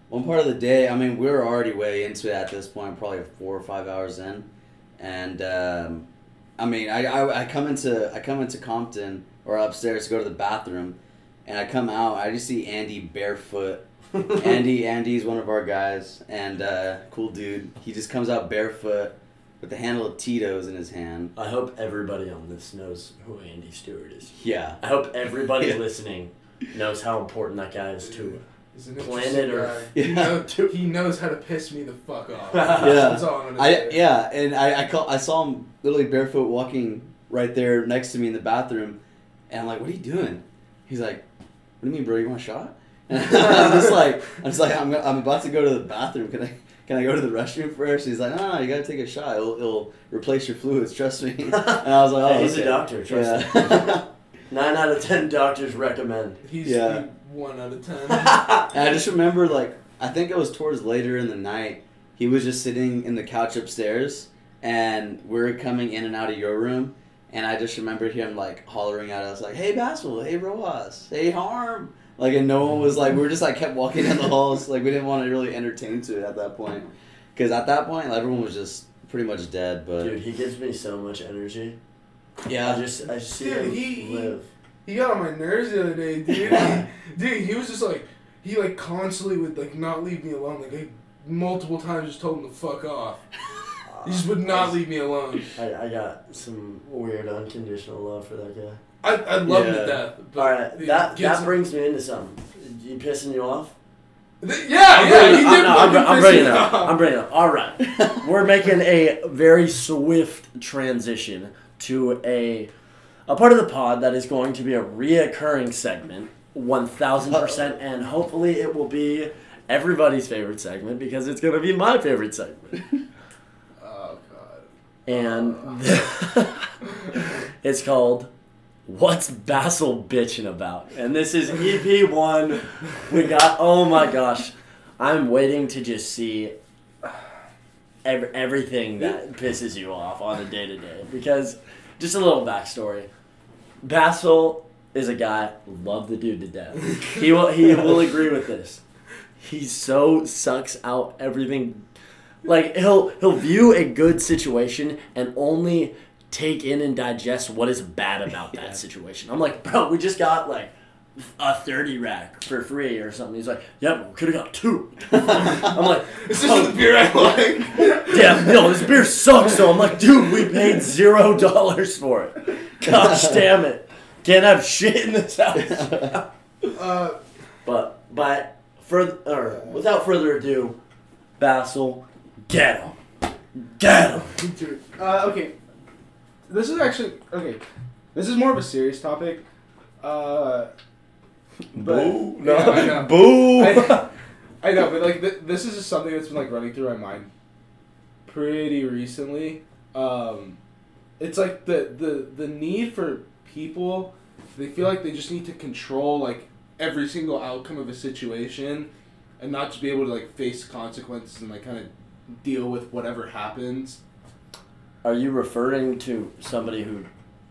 C: one part of the day. I mean, we were already way into it at this point, probably four or five hours in, and um, I mean, I, I, I come into I come into Compton or upstairs to go to the bathroom, and I come out. I just see Andy barefoot Andy, Andy's one of our guys, and uh, cool dude. He just comes out barefoot with the handle of Tito's in his hand.
A: I hope everybody on this knows who Andy Stewart is.
C: Yeah,
A: I hope everybody
C: Yeah.
A: listening knows how important that guy is to
B: He's an
A: Planet
B: interesting
A: Earth.
B: guy. He,
C: Yeah.
B: know- he knows how to piss me the fuck off.
A: Yeah.
B: That's all I'm gonna
C: I
B: say.
C: yeah, and I I, call, I saw him literally barefoot walking right there next to me in the bathroom, and I'm like, "What are you doing?" He's like, "What do you mean, bro? You want a shot?" And I'm just like, I'm just like, I'm, go- I'm about to go to the bathroom. Can I can I go to the restroom first? He's like, "No, no, you gotta take a shot. It'll, it'll replace your fluids. Trust me." And I was like, "Oh,
A: Hey, he's a
C: okay."
A: doctor, trust
C: yeah.
A: Nine out of ten doctors recommend.
B: He's
C: Yeah.
B: like one out of ten.
C: And I just remember, like, I think it was towards later in the night. He was just sitting in the couch upstairs, and we are coming in and out of your room. And I just remember him like hollering at us, like, "Hey, Basil! Hey, Rojas! Hey, Harm!" Like, and no one was like, we were just like kept walking down the halls. Like, we didn't want to really entertain to it at that point, because at that point, like, everyone was just pretty much dead. But
A: Dude, he gives me so much energy. I
C: yeah,
A: just I just see
B: Dude,
A: him
B: he- he-
A: live.
B: He got on my nerves the other day, dude. He- dude, he was just like, he like constantly would like not leave me alone. Like, I multiple times just told him to fuck off. He just would not leave me alone.
A: I, I got some weird unconditional love for that guy.
B: I, I love him
C: Yeah.
B: to death. but
A: All right,
B: it
A: that
B: gets-
A: that brings me into something. You pissing you off?
B: Th- Oh, yeah, yeah, he
A: bringing-
B: did
A: I'm, no, I'm,
B: fucking
A: I'm
B: piss
A: bringing
B: me
A: it up.
B: off.
A: I'm bringing it up. All right, we're making a very swift transition to a a part of the pod that is going to be a reoccurring segment, one thousand percent, and hopefully it will be everybody's favorite segment because it's going to be my favorite segment.
B: Oh
A: and it's called "What's Basil Bitching About?" And this is EP one. We got oh my gosh, I'm waiting to just see ev- everything that pisses you off on a day to day because just a little backstory. Basil is a guy love the dude to death. He will he will agree with this. He so sucks out everything like he'll he'll view a good situation and only take in and digest what is bad about that situation. I'm like, bro, we just got like a 30 rack for free or something. He's like, yep, we could have got two. I'm like, "Oh,
B: god, this isn't the beer I like.
A: damn, yo, this beer sucks. So I'm like, dude, we paid zero dollars for it. Gosh damn it. Can't have shit in this house.
B: Uh,
A: But but further or without further ado, Basil, get him. Get him.
B: dude,
D: Uh, okay. This is actually okay. This is more of a serious topic. Uh, but
A: Boo.
B: No. Yeah, I know.
A: Boo.
D: I, I know, but like th- this is just something that's been like running through my mind pretty recently. Um, it's like the the the need for people. They feel like they just need to control like every single outcome of a situation, and not to be able to like face consequences and like kind of deal with whatever happens.
A: Are you referring to somebody who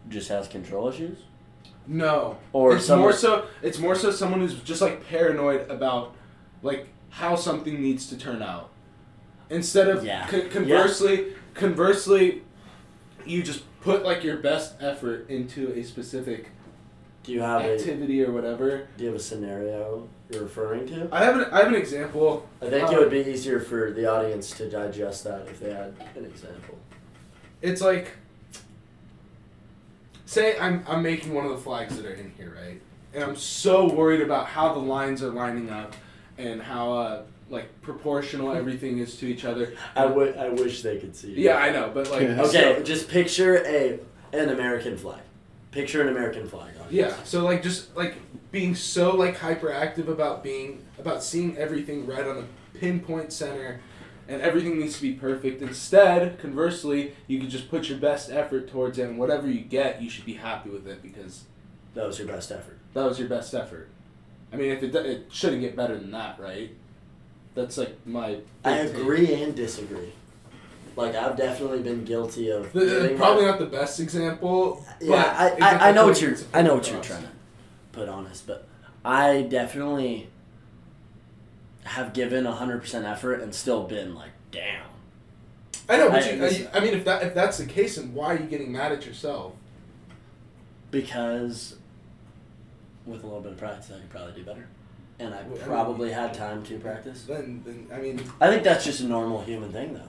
A: just has control issues?
B: no.
A: Or
B: it's
A: someone-
B: more so. It's more so someone who's just like paranoid about like how something needs to turn out. Instead of
A: Yeah.
B: con- conversely, conversely, you just put like your best effort into a specific
A: Do you have a do
B: activity or whatever.
A: you have a scenario you're referring to?
B: I have an I have an example.
A: I think it would be easier for the audience to digest that if they had an example.
B: It's like say I'm I'm making one of the flags that are in here, right? And I'm so worried about how the lines are lining up and how uh, like proportional everything is to each other.
A: I wi- I wish they could see.
B: Yeah, I know, but like
C: Yeah.
A: Okay,
B: so-
A: just picture a an American flag. Picture an American flag. audience.
B: yeah, so like just like being so like hyperactive about being about seeing everything right on the pinpoint center, and everything needs to be perfect. Instead, conversely, you can just put your best effort towards it, and whatever you get, you should be happy with it because
A: That was your best effort.
B: that was your best effort. I mean, if it do- it shouldn't get better than that, right? That's like my.
A: I agree and disagree. Like I've definitely been guilty of
B: The- uh,
A: giving
B: probably
A: my-
B: not the best example.
A: yeah. I,
B: it gets
A: I, I know
B: the
A: what you're
B: points
A: I know what you're
B: across.
A: trying to put on us, but I definitely have given hundred percent effort and still been like, damn.
B: I know,
A: I-
B: but you,
A: this-
B: I, I mean, if that if that's the case, then why are you getting mad at yourself?
A: because with a little bit of practice, I could probably do better. And I
B: Well, I mean-
A: probably had time to practice.
B: Then, then I mean,
A: I think that's just a normal human thing, though.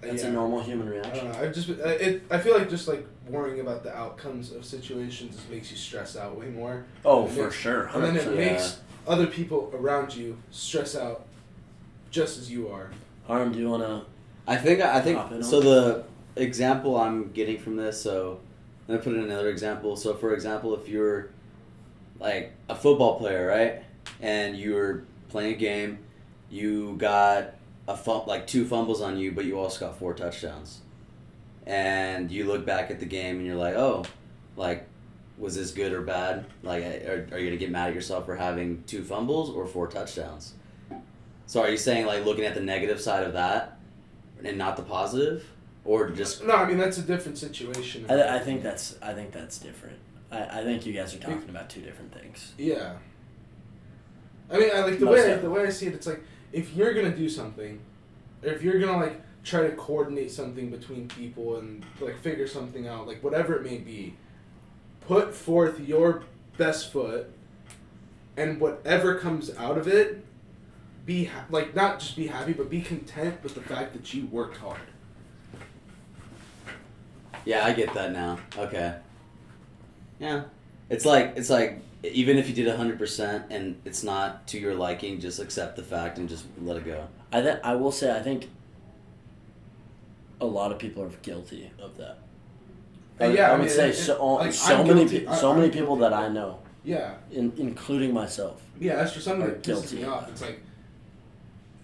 A: That's
B: yeah. Uh,
A: a normal human
B: I don't
A: reaction.
B: know. I've just I- it. I feel like just like worrying about the outcomes of situations just makes you stress out way more,
A: Oh,
B: It
A: for
B: makes-
A: sure.
B: and then
A: 100%.
B: it makes other people around you stress out, just as you are.
A: Harm, do you want to.
C: I think I
A: Pop it
C: think so.
A: on.
C: The example I'm getting from this, so let me put in another example. So, for example, if you're like a football player, right, and you were playing a game, you got a fum- like two fumbles on you, but you also got four touchdowns, and you look back at the game and you're like, oh, like. Was this good or bad? Like, are, are you gonna get mad at yourself for having two fumbles or four touchdowns? So, are you saying like looking at the negative side of that and not the positive, or just
B: No, I mean that's a different situation.
A: I, th- I think that's I think that's different. I, I think you guys are talking about two different things.
B: Yeah. I mean, I like the
A: Most
B: way I,
A: definitely.
B: the way I see it. It's like if you're gonna do something, or if you're gonna like try to coordinate something between people and like figure something out, like whatever it may be, put forth your best foot, and whatever comes out of it, be ha- like not just be happy, but be content with the fact that you worked hard.
C: yeah, I get that now. Okay, yeah, it's like it's like even if you did hundred percent and it's not to your liking, just accept the fact and just let it go.
A: I th- I will say I think a lot of people are guilty of that. I,
B: Uh,
A: would-
B: yeah,
A: I
B: I
A: would
B: mean,
A: say
B: it-
A: so,
B: it- like,
A: so
B: I'm
A: many
B: guilty.
A: pe-
B: I-
A: so
B: I'm
A: many people
B: guilty.
A: that I know,
B: Yeah.
A: in, including myself.
B: Yeah, as for something
A: Are
B: that pisses
A: guilty.
B: me off, it's like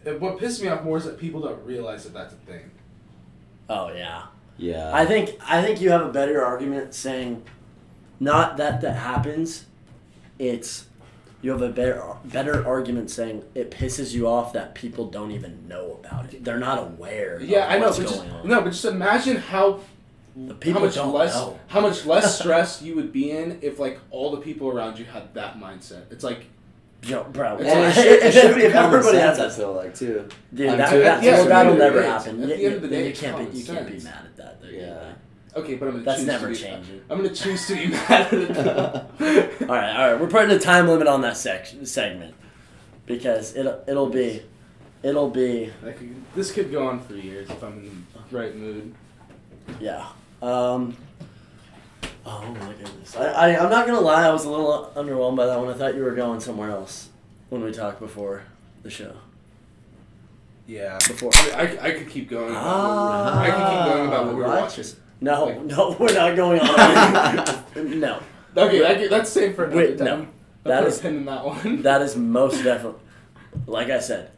B: uh, what pisses me off more is that people don't realize that that's a thing.
A: Oh yeah.
C: Yeah,
A: I think I think you have a better argument saying, not that that happens, it's you have a better better argument saying it pisses you off that people don't even know about it. They're not aware.
B: Yeah,
A: of
B: I know. But
A: what's
B: just,
A: going on.
B: no, but just imagine how
A: The
B: how
A: people
B: much
A: don't
B: less
A: know.
B: how much less stressed you would be in if like all the people around you had that mindset. It's like
A: Yo, bro.
B: It's
C: and
B: like-
C: it should, it should be
A: if
C: common
A: everybody has
C: sense. I
A: that,
C: feel like too.
A: dude,
C: I'm
A: that,
C: too-
A: that,
C: yeah,
A: that-
C: so
A: that'll
C: you're
A: never
B: right.
A: happen.
B: At
A: You-
B: the end of the
A: you-
B: day,
A: you
B: it's
A: can't
B: common
A: be you can't be
B: sense.
A: mad at that. Though,
C: Yeah.
B: okay, but I'm gonna
A: That's
B: choose
A: never
B: to be,
A: changing.
B: I'm gonna choose to be mad at it.
A: All right, all right. We're putting a time limit on that section segment because it will it'll be it'll be
B: I could, this could go on for years if I'm in the right mood.
A: Yeah. Um, oh my goodness. I, I, I'm not gonna lie. I was a little underwhelmed by that one. I thought you were going somewhere else when we talked before the show.
B: Yeah.
A: Before. Ah,
B: I, mean, I, I could keep going. About what we were, I could keep going about what we were watching.
A: Righteous. No, no, we're not going on. no,
B: Okay, that, could- that's safe for another
A: Wait,
B: time.
A: no.
B: I'll
A: That
B: put a
A: is-
B: pin in that one.
A: that is most definitely. Like I said,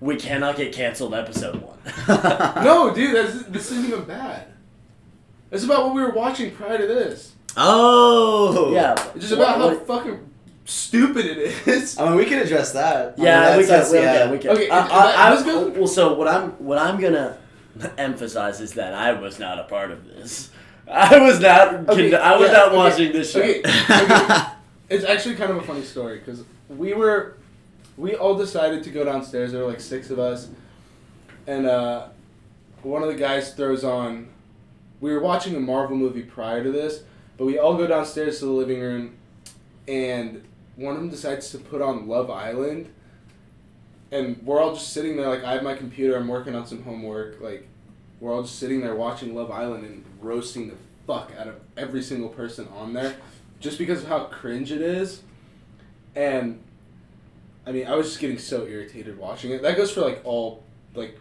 A: we cannot get canceled. Episode one.
B: no, dude, that's, this isn't even bad. It's about what we were watching prior to this.
C: Oh
A: yeah.
B: It's just about
A: what- Uh,
B: how fucking stupid it is.
C: I mean, we can address that.
A: Yeah,
C: I mean,
A: we can.
C: that's
A: We,
C: us,
A: yeah. we can.
B: Okay,
A: I,
B: and- and
A: I, I
B: that
A: was
B: was good.
A: Well, so what I'm what I'm gonna emphasize is that I was not a part of this. I was not.
B: Okay,
A: con- I was
B: yeah,
A: not
B: okay,
A: watching this show.
B: okay.
C: yeah.
B: It's actually kind of a funny story because we were, we all decided to go downstairs. There were like six of us, and uh, one of the guys throws on. We were watching a Marvel movie prior to this, but we all go downstairs to the living room, and one of them decides to put on Love Island, and we're all just sitting there. Like I have my computer. I'm working on some homework. Like we're all just sitting there watching Love Island and roasting the fuck out of every single person on there just because of how cringe it is. And I mean, I was just getting so irritated watching it. That goes for like all like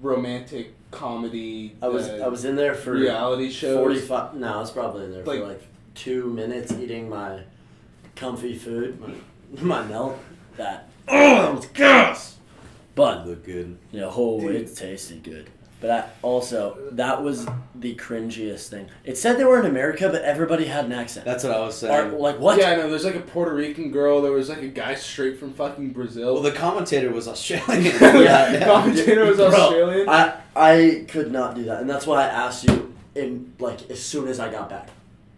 B: romantic comedy.
A: I was
B: uh,
A: I was in there for
B: reality shows.
A: forty five. No, I was probably in there
B: Like-
A: for like two minutes eating my comfy food, my, my milk. That oh, that was gas. But
C: look good.
A: yeah, oh,
B: Dude.
A: it tasted good. But I, also, that was the cringiest thing. It said they were in America, but everybody had an accent.
C: That's what I was saying.
A: Or, like what?
B: Yeah, I know. There's like a Puerto Rican girl. There was like a guy straight from fucking Brazil.
C: well, the commentator was Australian.
A: Yeah.
B: The commentator was
A: Bro,
B: Australian.
A: I I could not do that, and that's why I asked you in like as soon as I got back.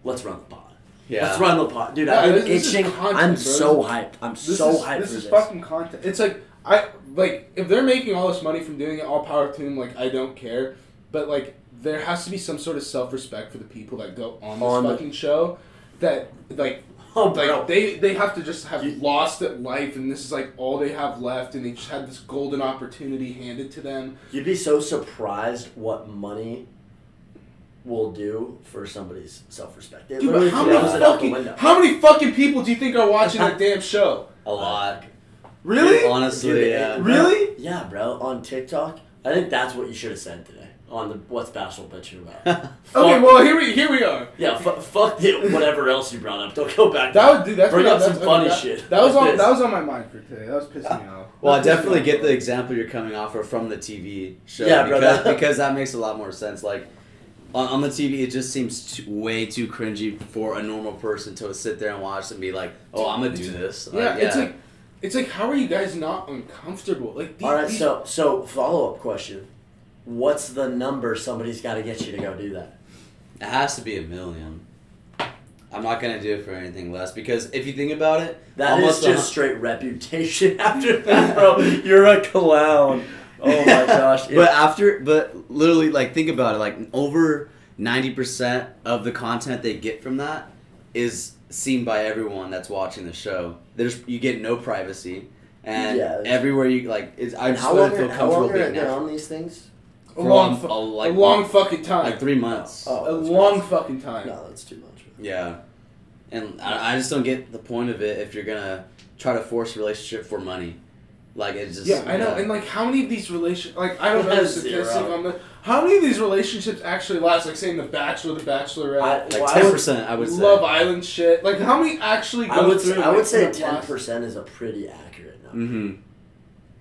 A: Let's run the pod.
C: Yeah.
A: Let's run the pod, dude.
B: Yeah,
A: I've been
B: this- this is
A: itching.
B: content,
A: I'm
B: bro.
A: so hyped. I'm
B: This
A: so
B: is,
A: hyped
B: This
A: for
B: is
A: this.
B: fucking content. It's like I like if they're making all this money from doing it, all power to them. Like I don't care, but like there has to be some sort of self respect for the people that go on this
A: On the-
B: fucking show. That like
A: oh,
B: like
A: bro.
B: they they have to just have
A: You-
B: lost at life, and this is like all they have left, and they just had this golden opportunity handed to them.
A: You'd be so surprised what money will do for somebody's self respect. It
B: Dude,
A: literally
B: how
A: throws
B: many
A: it out the
B: fucking
A: window.
B: how many fucking people do you think are watching that damn show?
C: a lot.
B: Really?
C: Honestly,
A: Dude,
C: yeah.
A: it-
B: Really?
A: Yeah, bro. On TikTok, I think that's what you should have said today on the what's bashful bitching about.
B: Okay,
A: Fuck-
B: well here we here we are.
A: yeah, fu fuck the, whatever else you brought up. Don't go back.
B: That would do that's
A: Bring
B: no,
A: up some
B: that's- okay,
A: funny
B: that-
A: shit.
B: That was
A: Like
B: on
A: this.
B: that was on my mind for today. That was pissing me off.
C: Well, I
B: That was
C: definitely
B: pissing
C: get
B: me
C: the
B: off.
C: example you're coming off of from the TV show.
A: Yeah, bro,
C: because,
A: that-
C: because that makes a lot more sense. Like, on, on the TV, it just seems too, way too cringy for a normal person to sit there and watch and be like, oh, I'm going to do this.
B: Yeah,
C: Like,
B: it's like it's like how are you guys not uncomfortable? Like these,
A: All right,
B: these-
A: so so follow up question: What's the number somebody's got to get you to go do that?
C: It has to be a million. I'm not going to do it for anything less because if you think about it,
A: That is
C: almost a
A: just straight reputation after that, bro. You're a clown. Oh my gosh! It-
C: but after, but literally, like, think about it. Like, over 90% of the content they get from that is seen by everyone that's watching the show. There's You get no privacy. And
A: Yeah.
C: everywhere you, like, it's, I
A: and
C: just
A: how
C: wouldn't
A: long
C: feel
A: are, how
C: comfortable
A: long are
C: being
A: they
C: natural.
A: on these things?
B: a
C: For
B: long,
C: a-
B: fu-
C: a, like,
B: a long fucking time,
C: like, three months.
A: Oh,
B: a
A: that's
B: long
A: crazy.
B: fucking time.
A: No, that's too much.
C: Yeah. And I, I just don't get the point of it if you're going to try to force a relationship for money. Like, it's just.
B: Yeah, I know. And like, how many of these relation like I don't know the
A: Zero.
B: statistic on the how many of these relationships actually last? Like, saying the Bachelor, the Bachelorette,
A: I-
C: like,
A: Well,
C: 10%, I would say.
B: Love Island shit. Like, how many actually go
A: I would
B: through?
A: say, I would say
B: making
A: ten
B: up last-
A: percent is a pretty accurate number
B: Mm.
C: Mm-hmm.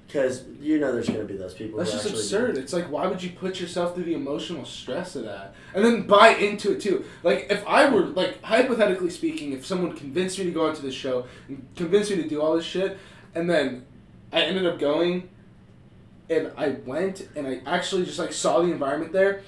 A: because you know there's gonna be those people.
B: That's
A: who
B: just
A: actually-
B: absurd. It's like, why would you put yourself through the emotional stress of that, and then buy into it too? Like, if I were like hypothetically speaking, if someone convinced me to go onto this show, and convinced me to do all this shit, and then I ended up going, and I went, and I actually just like saw the environment there.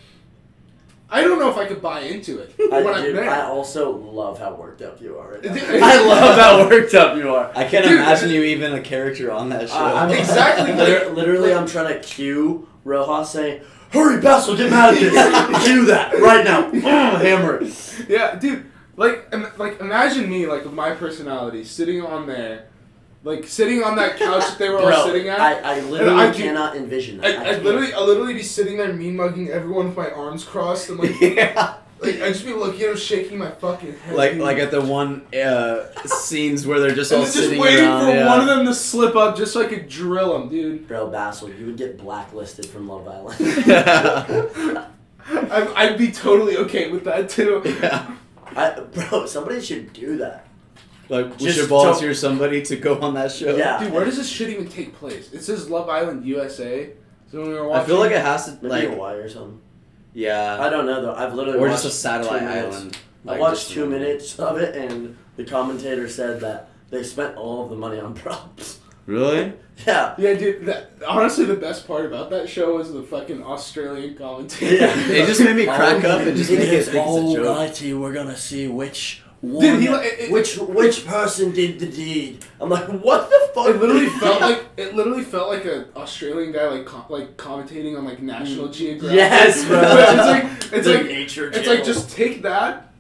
B: I don't know if I could buy into it
A: I,
B: when I'm
A: dude,
B: there.
A: I also love how worked up you are. Right now.
B: Dude.
A: I love how worked up you are.
C: I can't
B: Dude, uh,
C: imagine you even a character on that show.
A: I- I'm-
B: Exactly,
A: liter-
B: like-
A: literally,
B: like-
A: I'm trying to cue Rojas saying, "Hurry, Basil, get mad at this. Do that right now. Mm, hammer it."
B: Yeah, dude. Like, im- like imagine me, like with my personality, sitting on there, like sitting on that couch that they were all
A: Bro,
B: sitting at.
A: I, I literally
B: I do-
A: cannot envision that.
B: I,
A: I
B: I
A: can't.
B: literally, I literally be sitting there mean mugging everyone with my arms crossed and like,
C: yeah.
B: like I just be looking at them shaking my fucking head,
C: Like
B: dude.
C: like at the one uh, scenes where they're just
B: and
C: all
B: then just
C: sitting
B: waiting
C: around.
B: for
C: yeah.
B: one of them to slip up just so I could drill them, dude.
A: Bro, Basil, you would get blacklisted from Love Island.
C: them.
B: I'd, I'd be totally okay with that too.
C: yeah.
A: I, bro, somebody should do that.
C: Like we
A: Just
C: should volunteer somebody to go on that show.
A: Yeah.
B: Dude, where does this shit even take place? It says Love Island, USA. So when we were watching,
C: I feel like it has to
A: Maybe
C: like
A: Hawaii or something. I
C: yeah,
A: don't know though. I've literally
C: or
A: watched
C: just a satellite
A: two minutes.
C: island.
A: I
C: Like,
A: watched
C: just
A: two
C: one.
A: minutes of it, and the commentator said that they spent all of the money on props.
C: Really?
A: Yeah.
B: Yeah, dude. That, honestly, the best part about that show was the fucking Australian commentary.
A: Yeah.
C: It just made me crack up and just
A: It
C: make it
A: is
C: think it's a joke.
A: alrighty, we're gonna see which one,
B: Dude, he, like, it-
A: which which person did the deed. I'm like, what the fuck?
B: It literally felt like it literally felt like an Australian guy like com- like commentating on like National
A: Mm.
B: Geographic.
A: Yes, bro.
B: But it's like it's
A: The
B: like
A: nature.
B: it's
A: channel.
B: like just take that,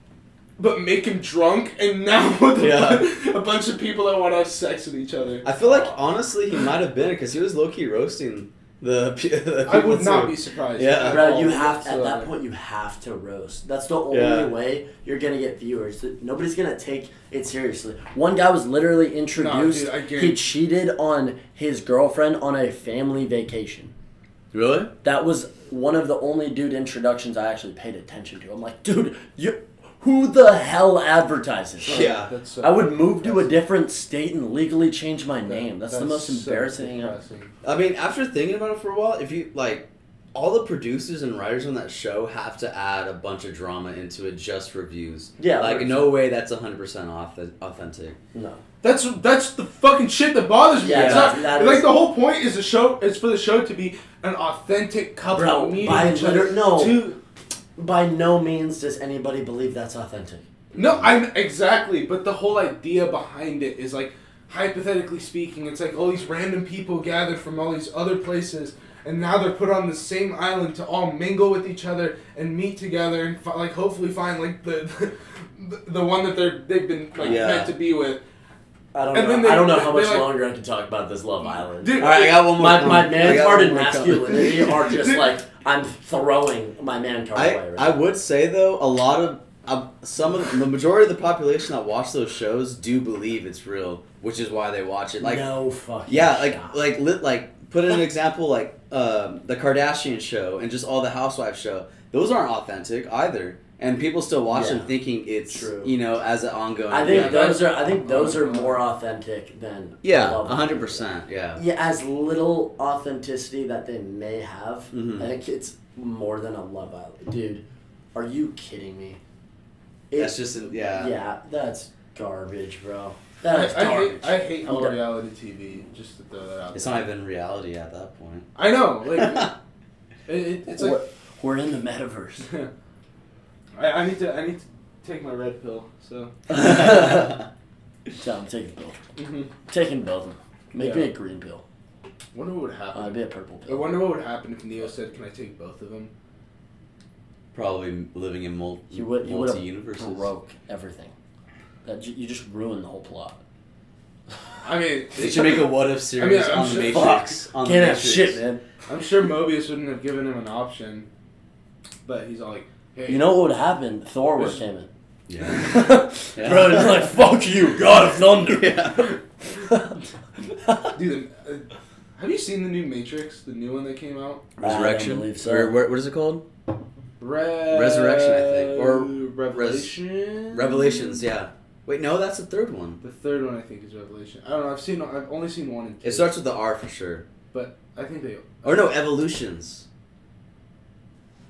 B: but make him drunk, and now with a
C: Yeah.
B: bu- a bunch of people that want to have sex with each other.
C: I feel like honestly he might have been because he was low key roasting the. pe- the
B: I would
C: people,
B: not
C: too.
B: be surprised.
C: Yeah.
B: at
A: Bro,
B: all
A: you have at
B: whatsoever.
A: that point. You have to roast. That's the only
C: Yeah.
A: way you're gonna get viewers. Nobody's gonna take it seriously. One guy was literally introduced.
B: I guarantee-
A: he cheated on his girlfriend on a family vacation.
C: Really?
A: That was one of the only dude introductions I actually paid attention to. I'm like, dude, you who the hell advertises?
C: Yeah.
D: That's so
A: I would move to a
D: depressing.
A: different state and legally change my
D: That-
A: name. That's, the most
D: so
A: embarrassing thing ever.
D: depressing.
C: I mean, after thinking about it for a while, if you like, all the producers and writers on that show have to add a bunch of drama into it just for views.
A: Yeah,
C: like
A: right.
C: no way that's hundred percent authentic.
A: No.
D: That's
B: That's the fucking shit that bothers me.
A: Yeah,
B: it's
A: that-
B: not,
A: that
B: like
A: is-
B: the whole point is the show. It's for the show to be an authentic couple
A: Bro,
B: meeting
A: by
B: each other.
A: liter- no.
B: to-
A: By no means does anybody believe that's authentic.
B: no, I'm exactly. But the whole idea behind it is like, hypothetically speaking, it's like all these random people gathered from all these other places, and now they're put on the same island to all mingle with each other and meet together and fi- like hopefully find like the the, the one that they're they've been like
C: Yeah.
B: meant to be with.
A: I don't
B: And
A: know.
B: then they-
A: I don't know how
B: they
A: much
B: like-
A: longer I can talk about this Love Island.
B: Dude,
C: All right, I got one more.
A: my
C: comment.
A: my
C: I
A: man
C: got
A: card
C: one
A: and
C: more comment.
A: masculinity are just like I'm throwing my man card away.
C: I,
A: Right
C: I
A: now.
C: would say though a lot of uh, some of the majority of the population that watch those shows do believe it's real, which is why they watch it. Like
A: no fucking
C: yeah, like
A: shot.
C: like lit like put in an example like um the Kardashian show and just all the housewife show. Those aren't authentic either, and people still watch
A: Yeah.
C: them thinking it's
A: True.
C: you know as an ongoing.
A: I think
B: Yeah, that-
A: those are I think those are more authentic than
C: yeah,
A: Love Island.
C: hundred percent. Yeah,
A: Yeah, as little authenticity that they may have,
C: Mhm.
A: I think it's more than a Love Island. Dude, are you kidding me?
C: that's just an- yeah.
A: yeah, that's garbage, bro.
B: I,
A: That's
B: I
A: garbage.
B: hate, I hate
A: I'm
B: all
A: done.
B: reality TV. Just to throw that out.
C: It's not even reality at that point.
B: I know, like it, it, it's like
A: we're, we're in the metaverse.
B: I, I need to I need to take my red pill. So
A: So I'm taking both.
B: mm-hmm.
A: Taking both. of 'em. Make
B: Yeah.
A: me a green pill.
B: wonder what would
A: Uh,
B: happen.
A: I'd be a purple
B: I
A: pill.
B: wonder what would happen if Neo said, "Can I take both of them?"
C: Probably living in mul-
A: You would you would
C: multi
A: have
C: universes.
A: broke everything. That you, you just ruined the whole plot.
B: I mean,
C: They should make a what if series
B: I'm
C: on the
B: sure-
C: Matrix. On the
A: Can't have
C: Matrix.
A: shit, man.
B: I'm sure Mobius wouldn't have given him an option, but he's all like, "Hey,
A: You know what would happen? Thor would
B: This-
A: came in.
C: Yeah. Yeah.
A: Bro, it's like fuck you, God of Thunder.
B: dude, uh, have you seen the new Matrix? The new one that came out?
C: Resurrection.
A: I don't believe so.
C: Or what- what is it called?
B: Re-
C: Resurrection, I think, or
B: Revelation.
C: Revelations. Yeah. Wait, no, that's the third one.
B: The third one I think is Revelation. I don't know. I've seen. I've only seen one and two.
C: It starts with the R for sure.
B: but I think they.
C: Or no, Evolutions.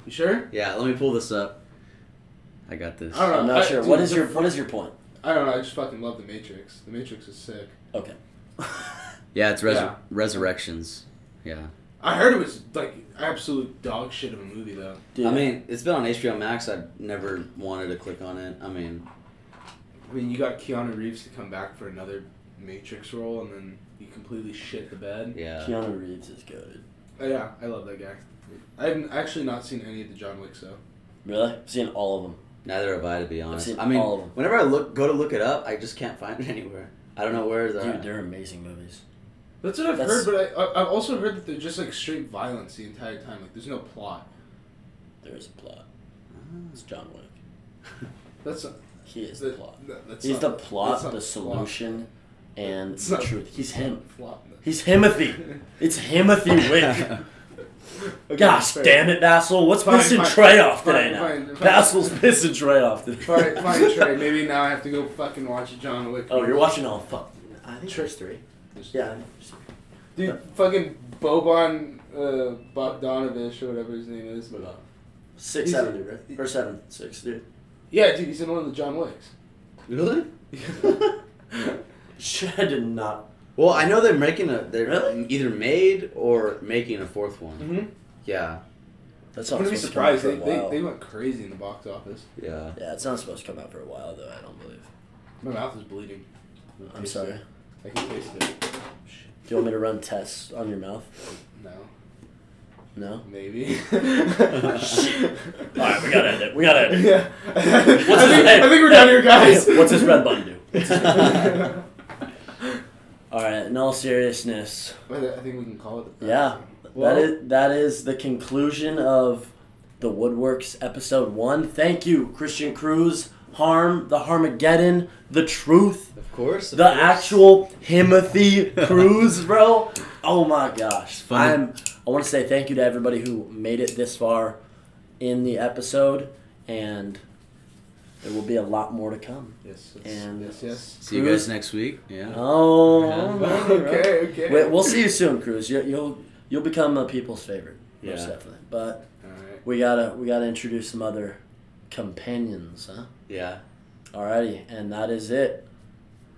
B: You sure?
C: Yeah. Let me pull this up. I got this.
B: I don't know.
A: I'm not
B: I-
A: sure.
B: dude,
A: What is
B: the
A: your what is your point?
B: I don't know. I just fucking love the Matrix. The Matrix is sick.
A: Okay.
C: Yeah, it's Resur-
B: Yeah.
C: Resurrections. Yeah.
B: I heard it was like absolute dog shit of a movie though.
A: Dude,
C: I mean, it's been on HBO Max. I never wanted to click on it. I mean,
B: I mean, you got Keanu Reeves to come back for another Matrix role, and then you completely shit the bed.
C: yeah.
A: Keanu Reeves is good.
B: Oh, yeah, I love that guy. I've actually not seen any of the John Wicks though.
A: Really? I've seen all of them.
C: Neither have I, to be honest.
A: seen
C: I mean,
A: all of 'em.
C: whenever I look, go to look it up, I just can't find it anywhere. I don't know where they're.
A: Dude,
C: at.
A: they're amazing movies.
B: That's what I've
A: That's-
B: heard, but I, I, I've also heard that they're just like straight violence the entire time. Like, there's no plot.
A: There is a plot. It's John Wick.
B: That's
A: He is the
B: that,
A: plot.
B: that- that's
A: He's
B: not-
A: the
B: that's
A: plot,
B: not
A: the solution, and
B: It's
A: the
B: not-
A: truth. He's him.
B: Plot. Plot.
A: He's Himothy. It's Himothy Wick. Gosh damn it, Vassal. What's
B: Fine,
A: pissing
B: fine,
A: Trey off
B: fine,
A: today
B: fine,
A: now?
B: fine.
A: Vassal's pissing Trey off today.
B: Fine, fine, Trey. Maybe now I have to go fucking watch a John Wick.
A: Oh,
B: movie.
A: you're watching all fuck. I think Trey's three. Yeah.
B: Dude, fucking Boban uh, Bogdanovich or whatever his name is.
A: Six,
B: He's-
A: seven, dude, right? Or seven, six, dude.
B: Yeah, dude, he's in one of the John Wicks.
C: Really?
A: Mm-hmm. Shit, I did not.
C: Well, I know they're making a. They're
A: Really?
C: either made or making a fourth one.
B: Mm-hmm.
C: Yeah.
A: That's
B: I'm
A: not
B: gonna be
A: supposed to come out
B: surprised.
A: for
B: They,
A: a
B: they,
A: while.
B: they went crazy in the box office.
C: Yeah.
A: Yeah, it's not supposed to come out for a while though. I don't believe.
B: My mouth is bleeding.
A: I'm sorry.
B: I can taste it.
A: Do you want me to run tests on your mouth?
B: No,
A: No.
B: maybe.
A: All right, we gotta end it. We gotta end it.
B: Yeah. I, think,
A: What's his- hey,
B: I think we're done here, guys.
A: hey, What's this red button do?
B: I
A: All right, in all seriousness,
B: I think we can call it. The
A: Yeah.
B: Well-
A: that is that is the conclusion of the Woodworks episode one. Thank you, Christian Cruz, Harm, the Harmageddon, the Truth,
C: Of course. of
A: the
C: course.
A: actual Himothy Cruz, bro. Oh my gosh,
C: funny.
A: I'm. I want to say thank you to everybody who made it this far in the episode, and it There will be a lot more to come.
D: Yes.
A: And
D: Yes. Yes.
C: See you guys next week. Yeah.
A: oh,
C: Yeah.
A: maybe, bro.
D: Okay. Okay.
A: Wait, we'll see you soon, Cruz. You, you'll you'll become a people's favorite, most
C: Yeah.
A: definitely. But
D: All right.
A: we gotta we gotta introduce some other companions, huh?
C: Yeah.
A: Alrighty, and that is it.